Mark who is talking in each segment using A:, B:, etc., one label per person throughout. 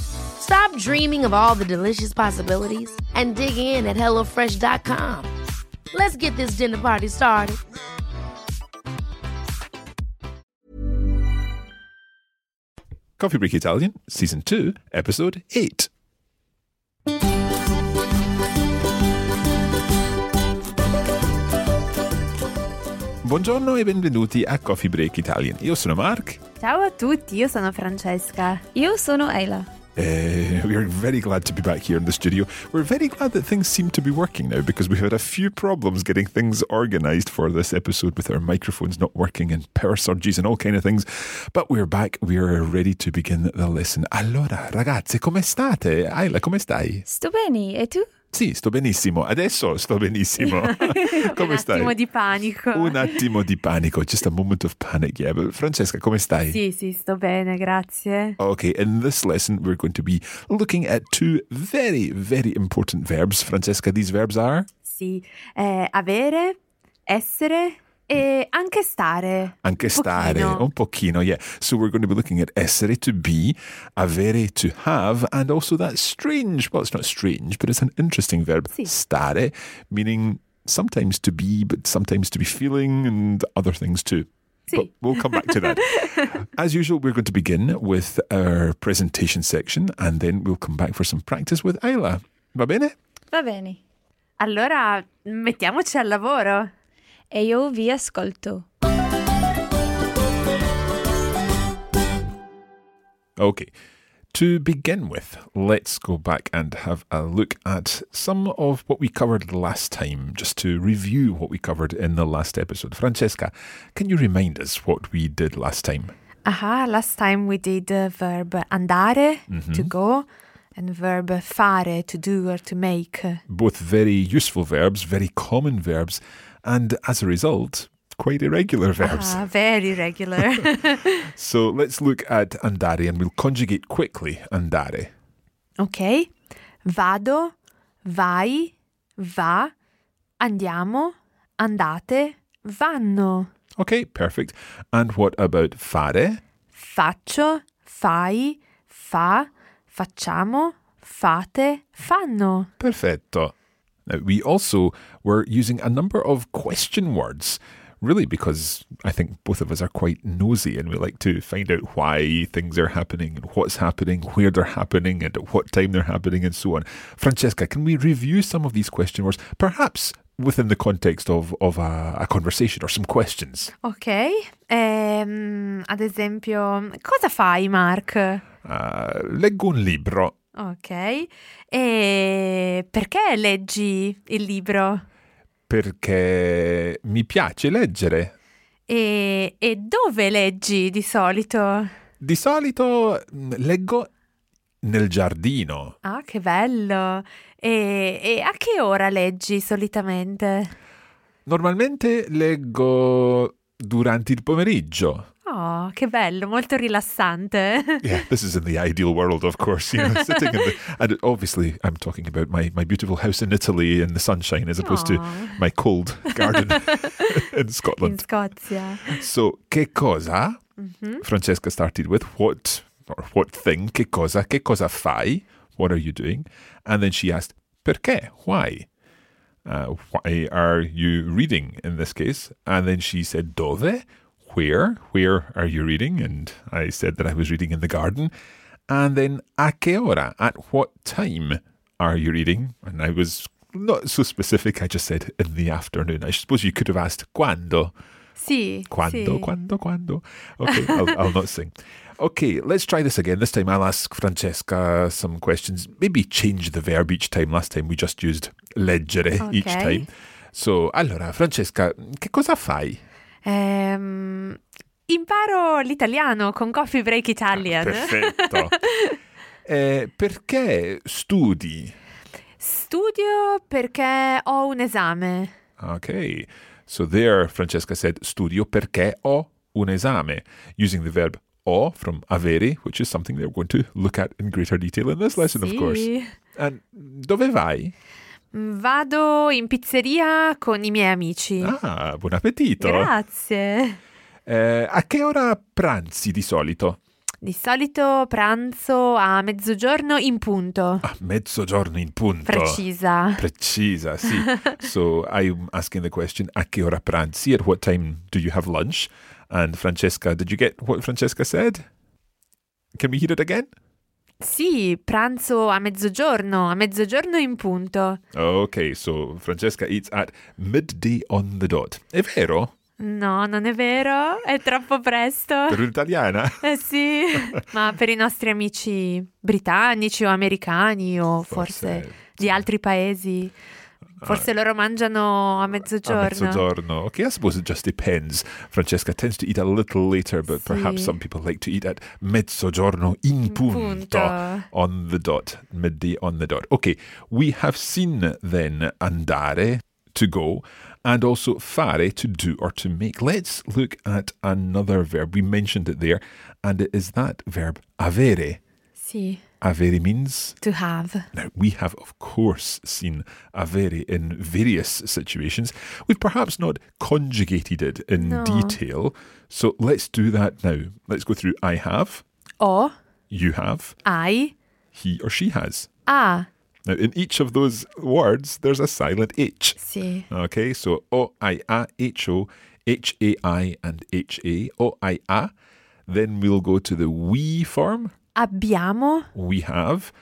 A: Stop dreaming of all the delicious possibilities and dig in at HelloFresh.com. Let's get this dinner party started.
B: Coffee Break Italian, Season 2, Episode 8. Buongiorno e benvenuti a Coffee Break Italian. Io sono Mark.
C: Ciao a tutti, io sono Francesca.
D: Io sono Ayla.
B: Eh, we are very glad to be back here in the studio. We're very glad that things seem to be working now because we've had a few problems getting things organised for this episode with our microphones not working and power surges and all kind of things. But we're back. We are ready to begin the lesson. Allora, ragazze, come state? Ayla, come stai?
D: Sto bene, e tu?
B: Sì, sto benissimo. Adesso sto benissimo. come
C: Un
B: stai?
C: attimo di panico.
B: Un attimo di panico, just a moment of panic. Yeah, but Francesca, come stai?
C: Sì, sì, sto bene, grazie.
B: Okay, in this lesson, we're going to be looking at two very, very important verbs. Francesca, these verbs are?
C: Sì, eh, avere, essere e anche stare.
B: Anche stare,
C: Pochino.
B: un pochino, yeah. So we're going to be looking at essere to be, avere to have, and also that strange, well, it's not strange, but it's an interesting verb,
C: Sì.
B: stare, meaning sometimes to be, but sometimes to be feeling, and other things too.
C: Sì.
B: But we'll come back to that. As usual, we're going to begin with our presentation section, and then we'll come back for some practice with Ayla. Va bene?
D: Va bene.
C: Allora, mettiamoci al lavoro.
D: E io vi ascolto.
B: Okay. To begin with, let's go back and have a look at some of what we covered last time, just to review what we covered in the last episode. Francesca, can you remind us what we did last time?
C: Ah, last time we did the verb andare, to go, and verb fare, to do or to make.
B: Both very useful verbs, very common verbs, and as a result, quite irregular verbs.
C: Ah, very regular.
B: So let's look at andare and we'll conjugate quickly andare.
C: ok? Vado, vai, va, andiamo, andate, vanno.
B: Okay, perfect. And what about fare?
C: faccio, fai, fa, facciamo, fate, fanno.
B: Perfetto. Now, we also were using a number of question words, really, because I think both of us are quite nosy and we like to find out why things are happening and what's happening, where they're happening, and at what time they're happening, and so on. Francesca, can we review some of these question words, perhaps within the context of, of a, a conversation or some questions?
C: Ok, ehm, ad esempio, cosa fai Mark?
B: Uh, leggo un libro.
C: Ok, e perché leggi il libro?
B: Perché mi piace leggere.
C: E, e dove leggi di solito? Ah,
B: Di solito mm, leggo nel giardino.
C: Ah, che bello! E, e a che ora leggi solitamente?
B: Normalmente leggo durante il pomeriggio.
C: Oh, che bello, molto rilassante.
B: Yeah, this is in the ideal world, of course. You know, sitting in the, and obviously, I'm talking about my, my beautiful house in Italy in the sunshine as opposed to
C: Oh.
B: my cold garden in
C: In
B: Scotland.
C: Scozia.
B: So, che cosa?
C: Mhm.
B: Francesca started with what or what thing? Che cosa? Che cosa fai? What are you doing? And then she asked, perché? Why? Uh, why are you reading in this case? And then she said, dove? Where? Where are you reading? And I said that I was reading in the garden. And then, a che ora? At what time are you reading? And I was not so specific. I just said in the afternoon. I suppose you could have asked quando.
C: Sì.
B: Quando,
C: sì.
B: quando, quando. Okay, I'll, I'll not sing. Okay, let's try this again. This time I'll ask Francesca some questions. Maybe change the verb each time. Last time we just used leggere each
C: Okay.
B: time. So, allora, Francesca, che cosa fai?
C: Ehm, imparo l'italiano con Coffee Break
B: Ah,
C: Italian.
B: Perfetto. Eh, perché studi?
C: Studio perché ho un esame.
B: Okay. So there, Francesca said, studio perché ho un esame, using the verb ho from avere, which is something that we're going to look at in greater detail in this lesson, of course.
C: Sì.
B: And dove vai?
C: Mm, Vado in pizzeria con i miei amici.
B: Ah, buon appetito!
C: Grazie.
B: Eh, a che ora pranzi di solito?
C: Di solito pranzo a mezzogiorno in punto.
B: A mezzogiorno in punto.
C: Precisa.
B: Precisa, sì. so I'm asking the question, a che ora pranzi? At what time do you have lunch? And Francesca, did you get what Francesca said? Can we hear it again?
C: Sì, pranzo a mezzogiorno, a mezzogiorno in punto.
B: Okay, so Francesca eats at midday on the dot. È vero?
C: No, non è vero, è troppo presto.
B: Per un'italiana?
C: Eh sì, ma per i nostri amici britannici o americani o forse, di altri paesi, forse loro mangiano a mezzogiorno.
B: Ah. A mezzogiorno. Ah, Okay, I suppose it just depends. Francesca tends to eat a little later, but perhaps
C: Sì.
B: some people like to eat at mezzogiorno in punto,
C: punto.
B: on the dot, midday on the dot. Okay, we have seen then andare, to go, and also fare, to do or to make. Let's look at another verb. We mentioned it there, and it is that verb avere.
C: Sì,
B: Avere means
C: to have.
B: now, we have, of course, seen avere in various situations. We've perhaps not conjugated it in
C: No.
B: detail. So let's do that now. Let's go through I have,
C: O,
B: you have,
C: I,
B: he or she has.
C: a.
B: Now, in each of those words, there's a silent H.
C: Sì,
B: Okay, so O I A H O H A I and H A O I A. Then we'll go to the we form.
C: abbiamo,
B: We have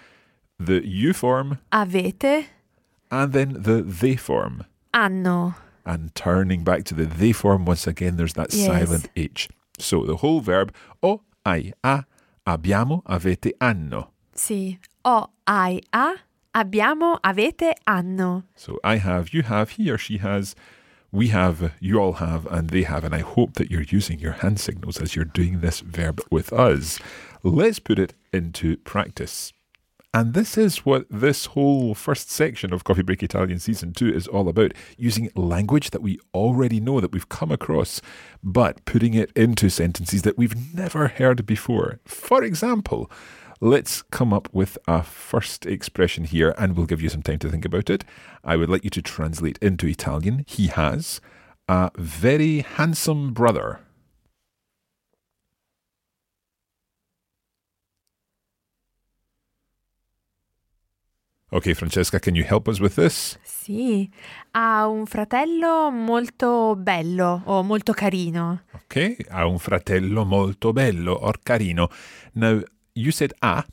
B: the you form
C: avete,
B: and then the they form.
C: hanno.
B: And turning back to the they form once again, there's that
C: Yes.
B: silent H. So the whole verb o, ai, a, abbiamo, avete, hanno.
C: Sì, o, I, a, abbiamo, avete, hanno.
B: So I have, you have, he or she has, we have, you all have, and they have. And I hope that you're using your hand signals as you're doing this verb with us. Let's put it into practice. And this is what this whole first section of Coffee Break Italian Season 2 is all about using language that we already know, that we've come across, but putting it into sentences that we've never heard before. For example, let's come up with a first expression here, and we'll give you some time to think about it. I would like you to translate into Italian He has a very handsome brother. Okay, Francesca, can you help us with this?
C: Sì, ha un fratello molto bello o molto carino.
B: Okay, ha un fratello molto bello or carino. Now, you said a,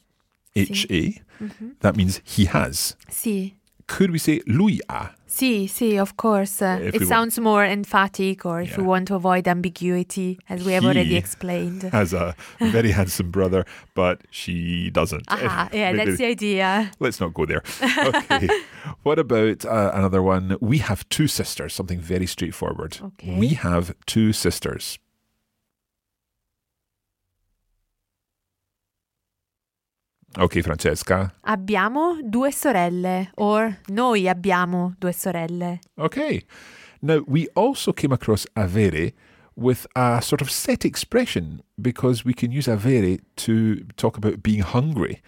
B: H A,
C: Mm-hmm.
B: that means he has.
C: Sì.
B: Could we say lui ha?
C: Sì, sì, of course.
B: if
C: it
B: we wa-
C: sounds more emphatic or if you
B: Yeah.
C: want to avoid ambiguity, as we have
B: He-
C: already explained.
B: Has a very handsome brother, but she doesn't.
C: Aha, Ah, yeah,
B: Maybe-
C: that's the idea.
B: Let's not go there. Okay. what about uh, another one? We have two sisters, something very straightforward.
C: Okay.
B: We have two sisters. Okay, Francesca.
C: Abbiamo due sorelle, or noi abbiamo due sorelle.
B: Okay. Now, we also came across avere with a sort of set expression because we can use avere to talk about being hungry.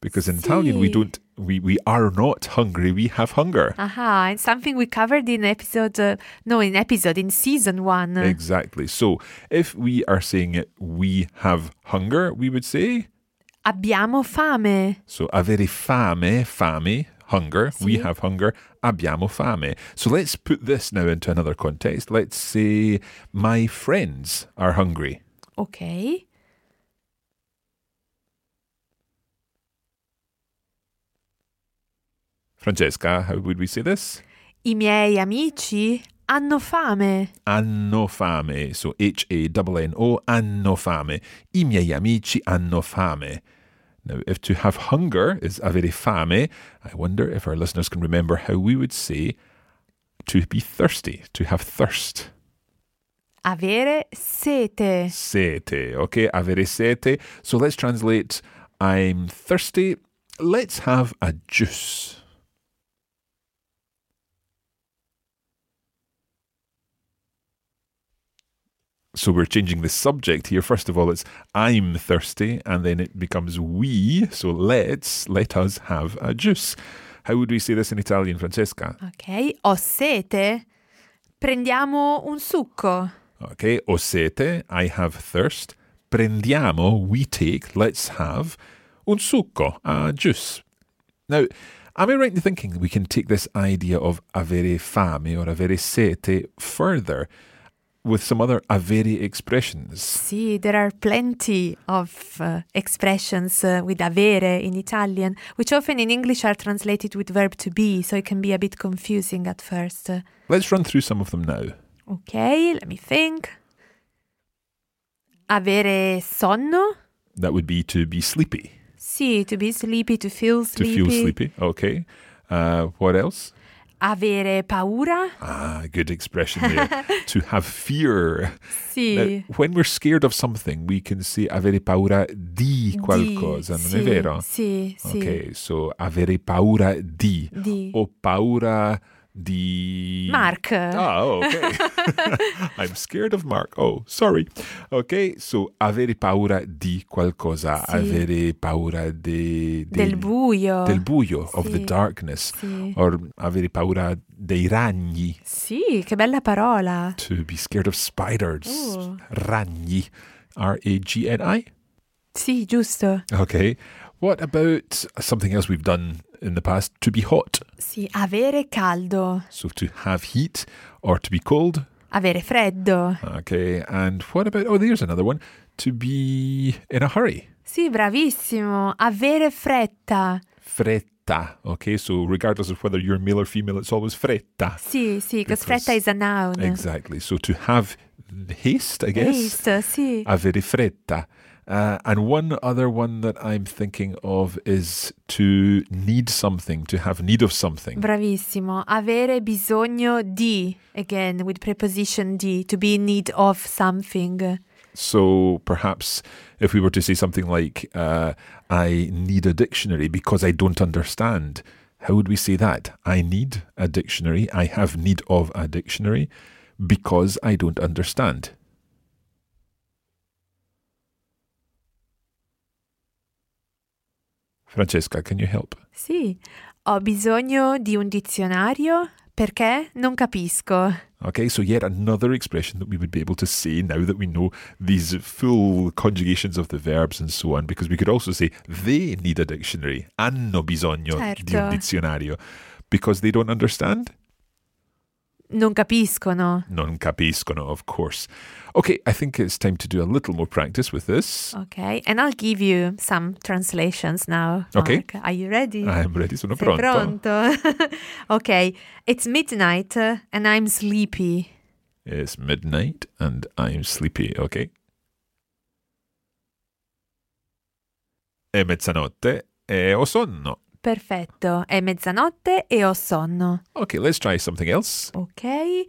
B: Because in Italian we
D: Sì.
B: don't we, we are not hungry, we have hunger.
C: Aha, and something we covered in episode, uh, no, in episode, in season one.
B: Exactly. So if we are saying it we have hunger, we would say
C: Abbiamo fame.
B: so avere fame, fame, hunger, we have hunger, abbiamo fame. So let's put this now into another context. Let's say my friends are hungry.
C: Ok.
B: Francesca, how would we say this?
C: I miei amici hanno fame.
B: Hanno fame. So H A N N O, hanno fame. I miei amici hanno fame. Now, if to have hunger is avere fame, I wonder if our listeners can remember how we would say to be thirsty, to have thirst.
C: Avere sete.
B: Sete, okay? Avere sete. So let's translate I'm thirsty. Let's have a juice. So we're changing the subject here. First of all, it's I'm thirsty, and then it becomes we. So let's, let us have a juice. How would we say this in Italian, Francesca?
C: Ok, ho sete. Prendiamo un succo.
B: Okay, o sete, I have thirst. Prendiamo, we take, let's have un succo, a juice. Now, am I right in thinking we can take this idea of avere fame or avere sete further with some other avere expressions?
C: Sì, there are plenty of uh, expressions uh, with avere in Italian, which often in English are translated with verb to be, so it can be a bit confusing at first.
B: Let's run through some of them now.
C: Ok, let me think. Avere sonno?
B: That would be to be sleepy,
C: Sì, to be sleepy, to feel
B: to
C: sleepy.
B: feel sleepy. Okay. Uh, what else?
C: Avere paura?
B: Ah, good expression there. to have fear. Now,
C: Sì.
B: when we're scared of something, we can say avere paura di qualcosa,
C: Di,
B: non è
C: sì,
B: vero?
C: Sì, sì.
B: Ok, so avere paura di,
C: Di.
B: o paura di...
C: Mark.
B: Ah, oh, ok. I'm scared of Mark. Oh, sorry. Ok, so avere paura di qualcosa,
C: Sì.
B: avere paura de-
C: Del
B: del-
C: buio.
B: del buio, of the
C: Sì.
B: darkness,
C: Sì.
B: or avere paura dei ragni.
C: Sì, che bella parola.
B: To be scared of spiders.
C: Ooh.
B: Ragni. R A G N I.
C: Sì, giusto.
B: Okay. What about something else we've done in the past? To be hot.
C: Sì, avere caldo,
B: So to have heat or to be cold.
C: avere freddo.
B: Okay. And what about, oh, there's another one. To be in a hurry.
C: Sì, bravissimo. Avere fretta.
B: Fretta. Okay. So regardless of whether you're male or female, it's always fretta.
C: Sì, sì,
B: Because-
C: because fretta is a noun.
B: Exactly. So to have haste, I guess.
C: Haste, sì.
B: avere fretta. Uh, and one other one that I'm thinking of is to need something, to have need of something.
C: Bravissimo. Avere bisogno di, again, with preposition di, to be in need of something.
B: So perhaps if we were to say something like, uh, I need a dictionary because I don't understand, how would we say that? I need a dictionary, I have need of a dictionary because I don't understand. Francesca, can you help?
C: Sì. Ho bisogno di un dizionario perché non capisco.
B: Okay, so yet another expression that we would be able to say now that we know these full conjugations of the verbs and so on, because we could also say they need a dictionary, hanno bisogno di un
C: Certo.
B: dizionario, because they don't understand.
C: Non capiscono.
B: Non capiscono, of course. Okay, I think it's time to do a little more practice with this.
C: Ok, and I'll give you some translations now.
B: Ok.
C: Mark. Are you ready?
B: I'm ready, Ah, sono
C: Sei
B: pronto.
C: pronto? ok, it's midnight uh, and I'm sleepy.
B: It's midnight and I'm sleepy, okay? È mezzanotte e ho sonno.
C: Perfetto, è mezzanotte e ho sonno.
B: Okay, let's try something else.
C: Ok,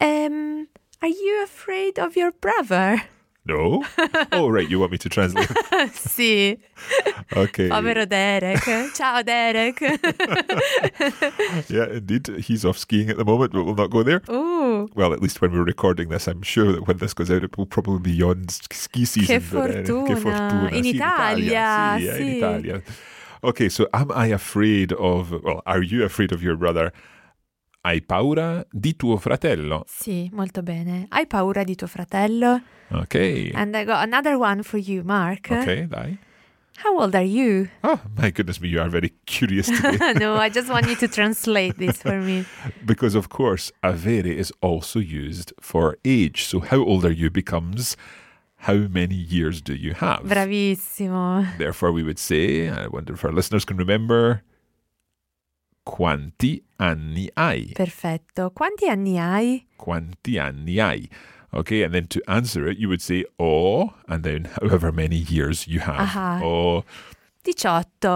C: ehm, are you afraid of your brother?
B: No. oh, right. You want me to translate?
C: sì,
B: Okay.
C: povero Derek. Ciao Derek.
B: Yeah, indeed. He's off skiing at the moment, but we'll not go there.
C: uh,
D: wow.
B: Well, at least when we're recording this, I'm sure that when this goes out, it will probably be beyond s- ski season. but, eh,
C: fortuna. In
B: Sì,
C: Italia,
B: Sì, eh, in
C: sì.
B: Italia. Okay, so am I afraid of, well, are you afraid of your brother? Hai paura di tuo fratello?
C: Sì, molto bene. Hai paura di tuo fratello?
B: Okay.
C: And I got another one for you, Mark.
B: Okay, dai.
C: How old are you?
B: Oh, my goodness me, you are very curious today.
C: no, I just want you to translate this for me.
B: because, of course, avere is also used for age. So, how old are you becomes how many years do you have?
C: Bravissimo.
B: Therefore, we would say, I wonder if our listeners can remember, quanti anni hai?
C: Perfetto. Quanti anni hai?
B: Quanti anni hai? Okay, and then to answer it, you would say, oh, and then however many years you have.
C: Aha.
B: Oh,
C: 18.
B: 18,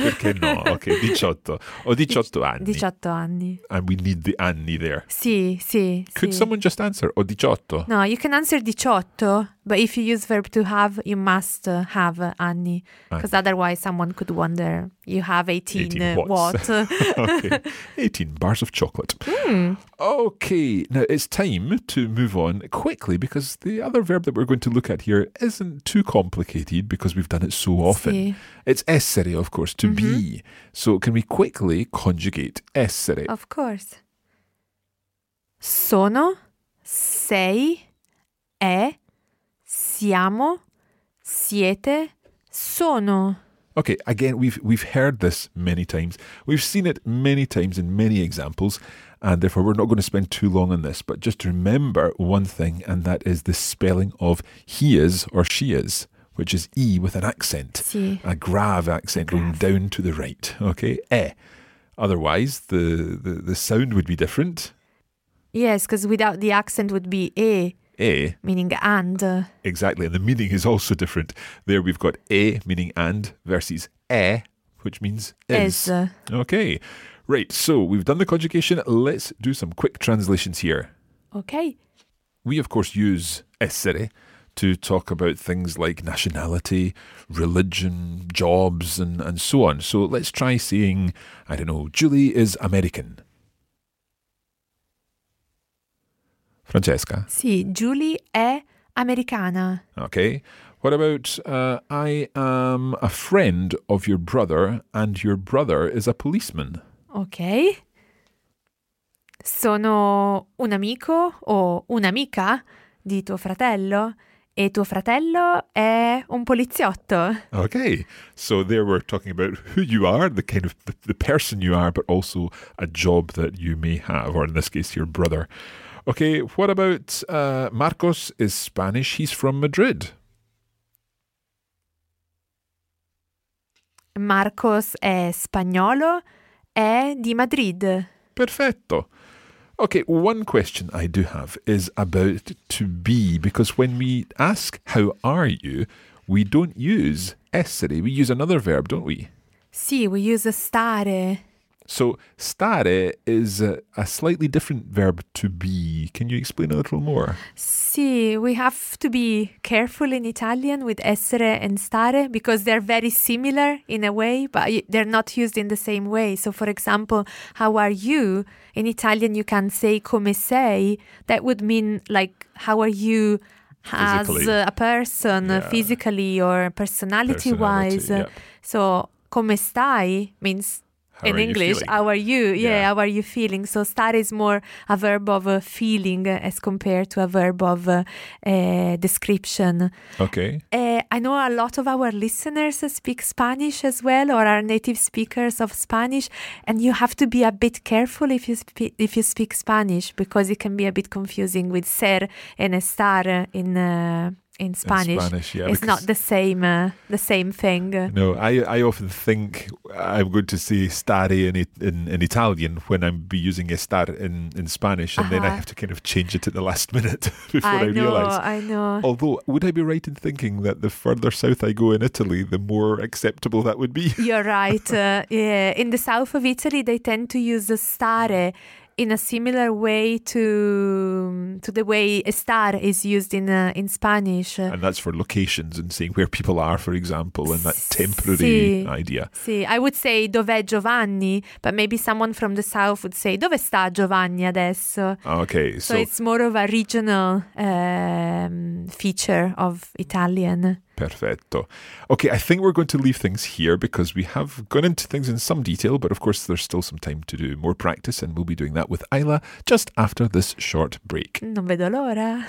B: perché no? Okay, 18. Oh, 18 anni.
C: 18 anni.
B: And we need the anni there.
C: Sì, sì,
B: Could
C: sì.
B: someone just answer? O 18?
C: No, you can answer 18, but if you use verb to have, you must uh, have uh, anni, because otherwise someone could wonder, you have 18,
B: 18
C: uh,
B: what?
C: what?
B: okay. 18 bars of chocolate. Okay, now it's time to move on quickly because the other verb that we're going to look at here isn't too complicated because we've done it so often.
C: Sì.
B: It's essere, of course, to be. So can we quickly conjugate essere?
C: Of course. Sono, sei, è, siamo, siete, sono.
B: Okay, again, we've we've heard this many times. We've seen it many times in many examples, and therefore we're not going to spend too long on this. But just remember one thing, and that is the spelling of he is or she is, which is e with an accent,
C: Sì.
B: a grave accent going down to the right. Okay, e. Otherwise, the, the, the sound would be different.
C: Yes, because without the accent would be e,
B: E
C: meaning and.
B: Exactly, and the meaning is also different. There we've got a meaning and versus e, which means is.
C: Is.
B: Okay, right. So we've done the conjugation. Let's do some quick translations here.
C: Ok.
B: We of course use essere to talk about things like nationality, religion, jobs, and and so on. So let's try saying, I don't know, Julie is American. Francesca.
C: Sì, Julie è americana.
B: Okay. What about uh, I am a friend of your brother, and your brother is a policeman?
C: Ok. Sono un amico o un'amica di tuo fratello e tuo fratello è un poliziotto.
B: Okay. So there we're talking about who you are, the kind of the, the person you are, but also a job that you may have, or in this case, your brother. Okay. What about uh, Marcos is Spanish? He's from Madrid.
C: Marcos è spagnolo, è di Madrid.
B: Perfetto. Okay, one question I do have is about to be, because when we ask how are you, we don't use essere, we use another verb, don't we?
C: Sì, we use stare.
B: So stare is a, a slightly different verb to be. Can you explain a little more?
C: Sì, we have to be careful in Italian with essere and stare because they're very similar in a way, but y- they're not used in the same way. So, for example, how are you? In Italian, you can say come sei. That would mean like how are you as
B: Physically.
C: uh, a person uh,
B: Yeah.
C: physically or personality, wise.
B: Personality, yeah.
C: So, come stai means
B: How
C: in
B: are you
C: English,
B: feeling?
C: how are you? Yeah,
B: Yeah.
C: how are you feeling? So, stare is more a verb of uh, feeling uh, as compared to a verb of uh, uh, description.
B: Okay.
C: Uh, I know a lot of our listeners speak Spanish as well, or are native speakers of Spanish, and you have to be a bit careful if you spe- if you speak Spanish because it can be a bit confusing with ser and estar in uh, in Spanish.
B: Spanish, yeah,
C: it's
B: because-
C: not the same uh, the same thing.
B: No, I, I often think I'm going to say stare in, it- in, in Italian when I'm be using estar in, in Spanish, and then I
C: Uh-huh.
B: have to kind of change it at the last minute before I,
C: know,
B: realise.
C: I know.
B: Although, would I be right in thinking that the further south I go in Italy, the more acceptable that would be?
C: You're right. uh, yeah. In the south of Italy, they tend to use the stare in a similar way to to the way estar is used in uh, in Spanish.
B: And that's for locations and saying where people are, for example, and that temporary
C: Sì.
B: idea.
C: Sì, I would say dov'è Giovanni, but maybe someone from the south would say dove sta Giovanni adesso.
B: Ah, Okay,
C: So,
B: so,
C: it's more of a regional um, feature of Italian.
B: perfetto. Okay, I think we're going to leave things here because we have gone into things in some detail, but of course there's still some time to do more practice, and we'll be doing that with Isla just after this short break.
C: Non vedo l'ora.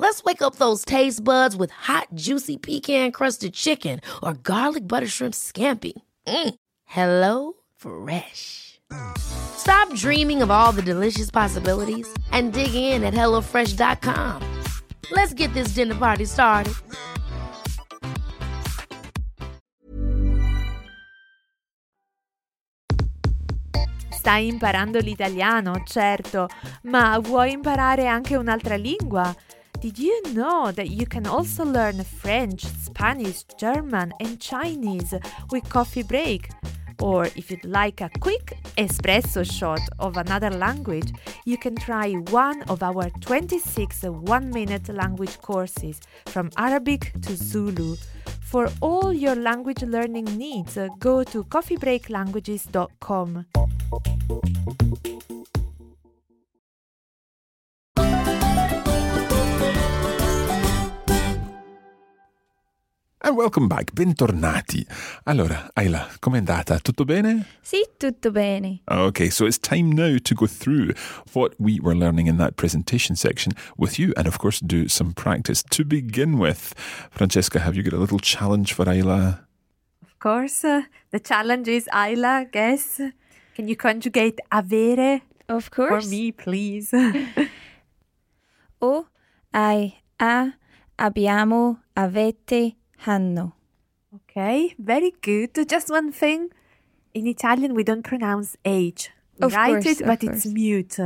A: Let's wake up those taste buds with hot, juicy pecan crusted chicken or garlic butter shrimp scampi. Mm. Hello Fresh. Stop dreaming of all the delicious possibilities and dig in at HelloFresh.com. Let's get this dinner party started.
C: Stai imparando l'italiano, certo, ma vuoi imparare anche un'altra lingua? Did you know that you can also learn French, Spanish, German and Chinese with coffee break? Or if you'd like a quick espresso shot of another language, you can try one of our 26 one-minute language courses from Arabic to Zulu. For all your language learning needs, uh, go to coffeebreaklanguages.com.
B: And welcome back, bentornati. Allora, Ayla, com'è andata? Tutto bene?
D: Sì, tutto bene.
B: Okay, so it's time now to go through what we were learning in that presentation section with you and, of course, do some practice. To begin with, Francesca, have you got a little challenge for Ayla?
C: Of course, uh, the challenge is Ayla, guess. Can you conjugate avere
D: Of
C: for
D: course.
C: me, please?
D: O, hai, ha, abbiamo, avete, hanno.
C: okay, very good. Just one thing. In Italian, we don't pronounce H. We
D: Of
C: write
D: course,
C: it,
D: of
C: but it's
D: course.
C: mute.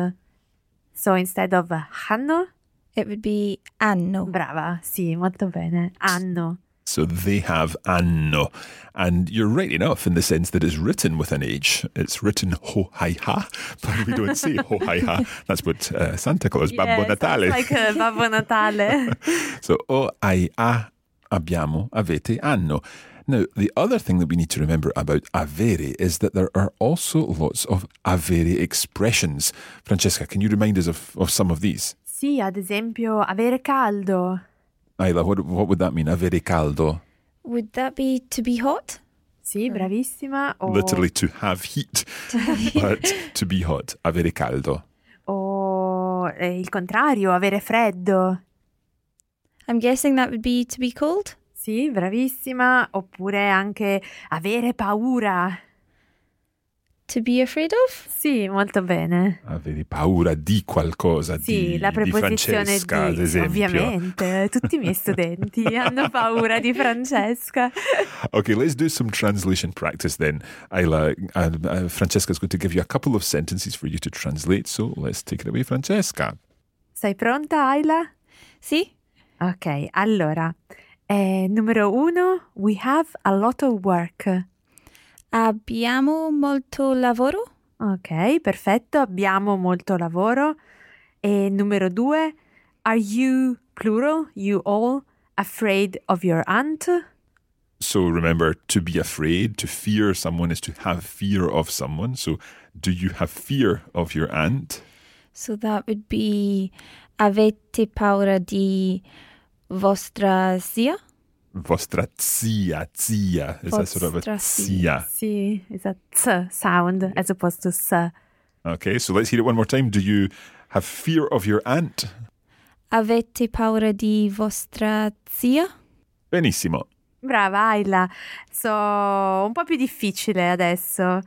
C: So instead of uh, hanno,
D: It would be hanno.
C: brava, sì, molto bene, hanno.
B: So they have anno. And you're right enough in the sense that it's written with an H. It's written ho hi ha, but we don't say ho hi ha. That's what uh, Santa Claus, Babbo
C: Yes,
B: Natale.
C: Like uh, Babbo Natale.
B: So, o ai a abbiamo, avete, hanno. Now, the other thing that we need to remember about avere is that there are also lots of avere expressions. Francesca, can you remind us of, of some of these?
C: sì, ad esempio, avere caldo.
B: Ayla, what, what would that mean? Avere caldo,
D: Would that be to be hot?
C: Sì, bravissima. O,
B: literally to have heat, but to be hot, avere caldo.
C: o eh, il contrario, avere freddo.
D: I'm guessing that would be to be cold.
C: Sì, bravissima. Oppure anche avere paura.
D: To be afraid of?
C: Sì, molto bene.
B: Avere paura di qualcosa,
C: Sì,
B: di,
C: la
B: di
C: preposizione
B: Francesca, ad
C: di,
B: esempio.
C: ovviamente, tutti i miei studenti hanno paura di Francesca.
B: Okay, let's do some translation practice then. Ayla, uh, uh, Francesca's going to give you a couple of sentences for you to translate. So let's take it away, Francesca.
C: Sei pronta, Ayla?
D: Sì?
C: Ok, allora, eh, numero uno, we have a lot of work.
D: Abbiamo molto lavoro?
C: Ok, perfetto, abbiamo molto lavoro. E numero due, are you, plural, you all, afraid of your aunt?
B: So remember, to be afraid, to fear someone is to have fear of someone. So do you have fear of your aunt?
D: So that would be avete paura di vostra zia?
B: Vostra zia, zia. Is that sort of a
D: Vostra
B: zia?
C: Sì, it's a t sound as opposed to s.
B: Okay, so let's hear it one more time. Do you have fear of your aunt?
D: Avete paura di vostra zia?
B: Benissimo.
C: Brava Ayla, so un po' più difficile adesso.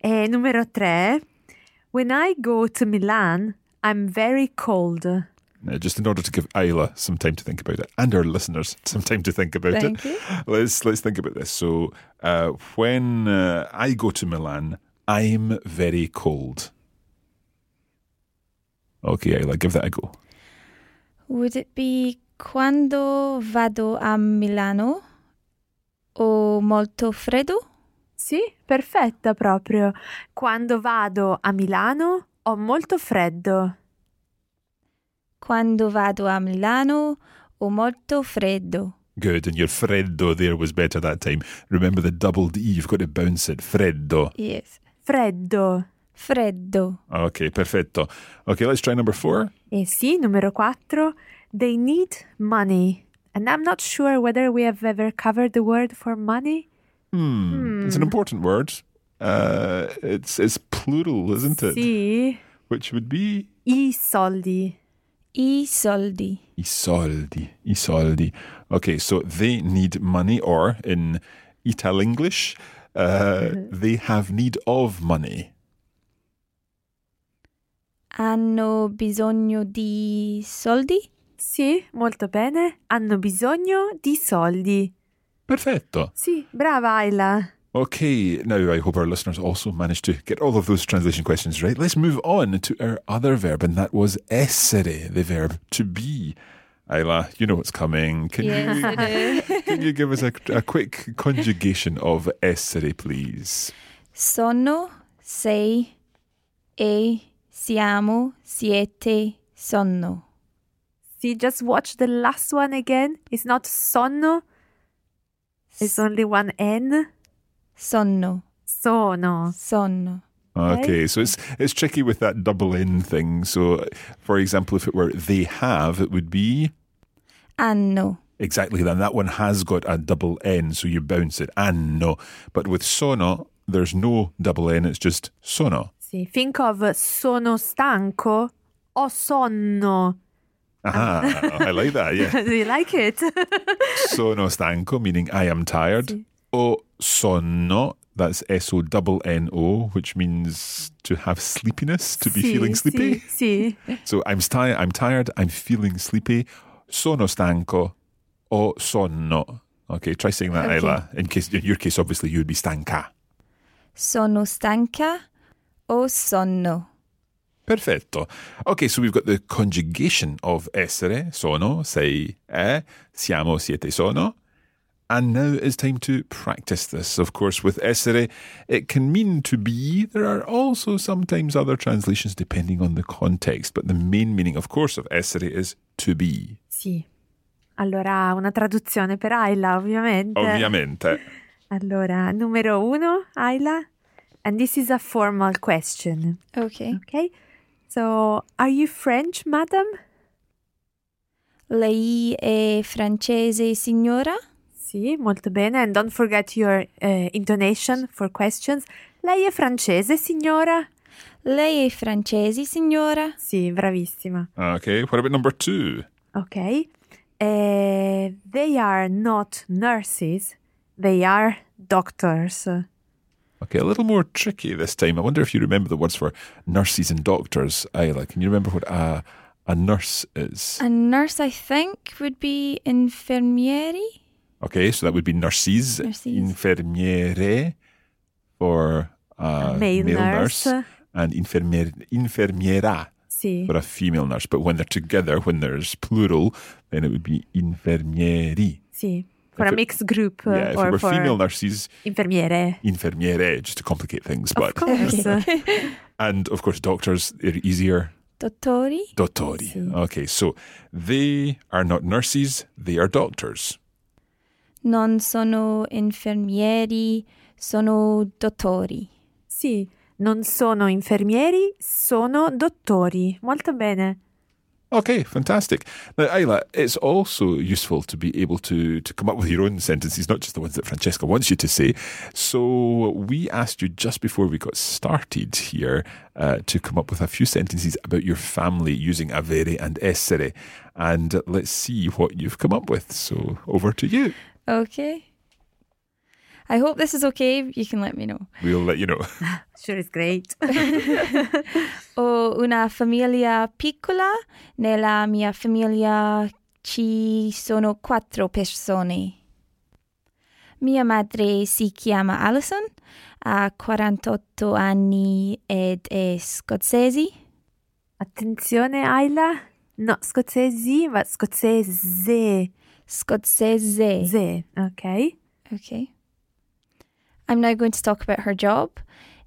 C: E numero tre, when I go to Milan, I'm very cold.
B: Now, just in order to give Isla some time to think about it and our listeners some time to think about it,
D: Thank you.
B: let's let's think about this. So, uh, when uh, I go to Milan, I'm very cold. Okay, Isla, give that a go.
D: Would it be quando vado a Milano o molto freddo?
C: Sì, perfetta proprio. Quando vado a Milano ho molto freddo.
D: Quando vado a Milano o molto freddo?
B: Good, and your Freddo there was better that time. Remember the double D, you've got to bounce it. Freddo.
D: Yes.
C: Freddo.
D: Freddo.
B: Okay, perfetto. Okay, let's try number four.
C: E sì, numero 4. They need money. And I'm not sure whether we have ever covered the word for money.
B: Hmm. It's an important word. Uh, it's it's plural, isn't it?
C: Sì,
B: Which would be
C: i soldi.
D: I soldi.
B: I soldi, i soldi. Okay, so they need money, or in Ital English, uh, they have need of money.
D: Hanno bisogno di soldi?
C: Sì, molto bene. Hanno bisogno di soldi.
B: Perfetto.
C: Sì, brava Ayla.
B: Okay, now I hope our listeners also managed to get all of those translation questions right. Let's move on to our other verb, and that was essere, the verb to be. Ayla, you know what's coming. Can you can you give us a, a quick conjugation of essere, please?
D: Sono, sei e siamo, siete, sonno.
C: Sì, just watch the last one again. It's not sonno. It's only one N.
D: Sonno,
C: Sono.
D: sonno.
B: Okay, so it's it's tricky with that double N thing. So, for example, if it were they have, it would be
D: Hanno,
B: exactly then that one has got a double N, so you bounce it and no. But with sono, there's no double N. It's just sono.
C: Sì, think of sono stanco o sonno.
B: Aha, I like that. Yeah,
C: Do you like it?
B: sono stanco, meaning I am tired. O sono, that's S O double N O, which means to have sleepiness, to be
C: Sì,
B: feeling sleepy.
C: Sì, sì.
B: So I'm tired. I'm tired. I'm feeling sleepy. Sono stanco o sonno. Okay, try saying that, Ayla. In case, in your case, obviously, you would be stanca.
D: sono stanca o sonno.
B: Perfetto. Okay, so we've got the conjugation of essere, sono, sei, è, siamo, siete, sono. And now it's time to practice this. Of course, with essere, it can mean to be. There are also sometimes other translations depending on the context, but the main meaning, of course, of essere is to be.
C: Sì. Allora, una traduzione per Ayla, ovviamente.
B: Ovviamente.
C: Allora, numero uno, Ayla. And this is a formal question,
D: Ok.
C: okay? So, are you French, madam?
D: Lei è francese, signora?
C: Sì, molto bene. And don't forget your eh, intonation for questions. Lei è francese, signora?
D: Lei è francese, signora?
C: Sì, bravissima.
B: Okay, what about number two?
C: Ok. Eh, they are not nurses, they are doctors.
B: Okay, a little more tricky this time. I wonder if you remember the words for nurses and doctors, Ayla. Can you remember what a, a nurse is?
D: A nurse, I think, would be infermieri?
B: Okay, so that would be nurses,
D: Nurses.
B: infirmiere for a
C: A male nurse.
B: and infermier, infermiera
C: Sì.
B: for a female nurse. But when they're together, when there's plural, then it would be infermieri.
C: Sì, for
B: If
C: a
B: it-
C: mixed group
B: yeah,
C: uh,
B: if
C: or
B: it were
C: for
B: female nurses,
C: infermiere.
B: infermiere, just to complicate things.
C: Of
B: But
C: course.
B: and of course, doctors they're easier.
D: Dottori?
B: Dottori. Okay, so they are not nurses, they are doctors.
D: Non sono infermieri, sono dottori.
C: sì, non sono infermieri, sono dottori. Molto bene.
B: Okay, fantastic. Now, Ayla, it's also useful to be able to, to come up with your own sentences, not just the ones that Francesca wants you to say. So, we asked you just before we got started here uh, to come up with a few sentences about your family using avere and essere. And let's see what you've come up with. So, over to you.
D: Ok. I hope this is okay. You can let me know.
B: We'll let you know.
E: Sure, it's great.
D: Ho una famiglia piccola. Nella mia famiglia ci sono quattro persone. Mia madre si chiama Alison, ha 48 anni ed è scozzese.
C: Attenzione, Ayla. No, scozzesi, ma scozzese.
D: Scozzese.
C: Ze, ok.
D: Okay. I'm now going to talk about her job.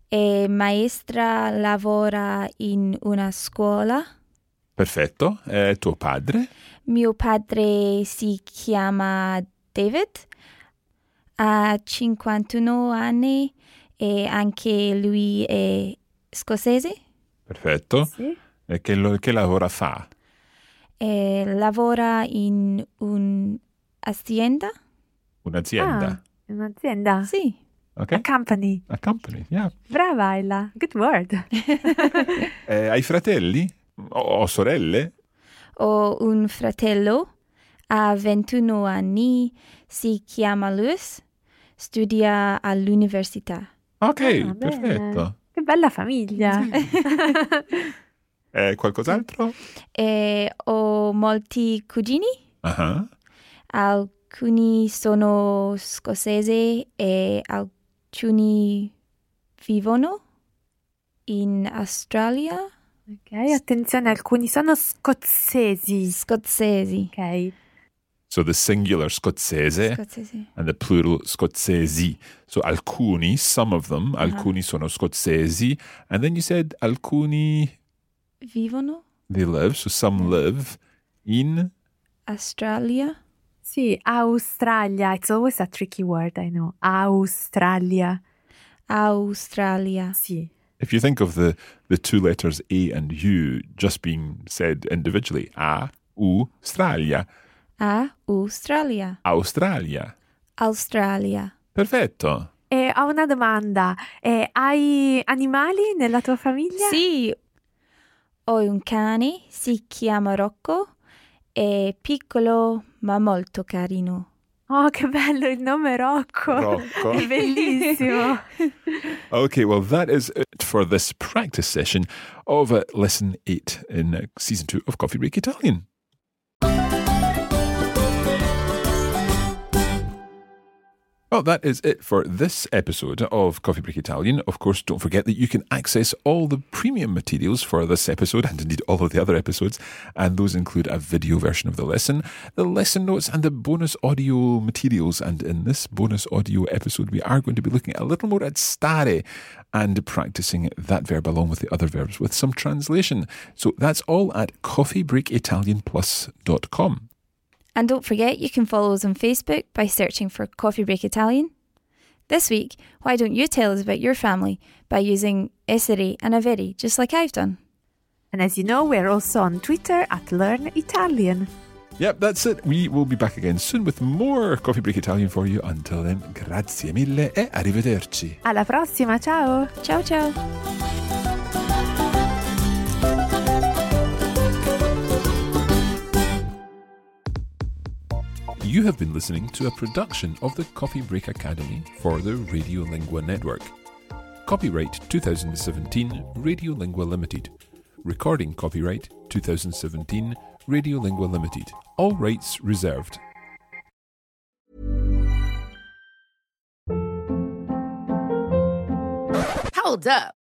D: È maestra lavora in una scuola.
B: Perfetto. Eh, tuo padre?
D: Mio padre si chiama David, ha 51 anni e anche lui è scozzese
B: Perfetto.
C: Sì.
B: E che, lo- che lavora fa?
D: e lavora in un'azienda.
B: Un'azienda.
C: Ah, un'azienda.
D: Sì.
B: Ok?
C: A company.
B: A company, yeah.
C: Brava, Ayla. Good word.
B: Eh, hai fratelli? O, o sorelle?
D: Ho un fratello, ha 21 anni, si chiama Lewis, studia all'università.
B: Ok,
C: Ah, bene.
B: perfetto.
C: Che bella famiglia.
B: Eh, qualcos'altro?
D: E ho molti cugini,
B: Ah,
D: alcuni sono scozzesi e alcuni vivono in Australia.
C: ok, attenzione, alcuni sono scozzesi.
D: Scozzesi.
C: Ok.
B: So the singular scozzese
D: Scozzesi.
B: and the plural scozzesi. So alcuni, some of them,
C: Uh-huh.
B: alcuni sono scozzesi. And then you said alcuni,
D: Vivono
B: they live, so some live in
D: Australia.
C: Sì, Australia. It's always a tricky word, I know. Australia.
D: Australia.
C: Sì.
B: If you think of the, the two letters A and U just being said individually, A, U, Stralia,
D: A Australia.
B: Australia.
D: Australia.
B: Perfetto.
C: E ho una domanda. Eh, hai animali nella tua famiglia?
D: Sì, ho un cane, si chiama Rocco, è piccolo ma molto carino.
C: Oh, che bello il nome Rocco. È
B: Rocco.
C: bellissimo.
B: Okay, well, that is it for this practice session of uh, Lesson 8 in uh, Season 2 of Coffee Break Italian. Well, that is it for this episode of Coffee Break Italian. Of course, don't forget that you can access all the premium materials for this episode and indeed all of the other episodes, and those include a video version of the lesson, the lesson notes, and the bonus audio materials. And in this bonus audio episode, we are going to be looking a little more at stare and practicing that verb along with the other verbs with some translation. So that's all at coffeebreakitalianplus.com.
D: And don't forget you can follow us on Facebook by searching for Coffee Break Italian. This week, why don't you tell us about your family by using essere and avere, just like I've done?
C: And as you know, we're also on Twitter at Learn Italian.
B: Yep, that's it. We will be back again soon with more Coffee Break Italian for you. Until then, grazie mille e arrivederci.
C: Alla prossima, ciao!
D: Ciao, ciao.
B: You have been listening to a production of the Coffee Break Academy for the Radiolingua Network. Copyright 2017 Radiolingua Limited. Recording copyright 2017 Radiolingua Limited. All rights reserved.
A: Hold up.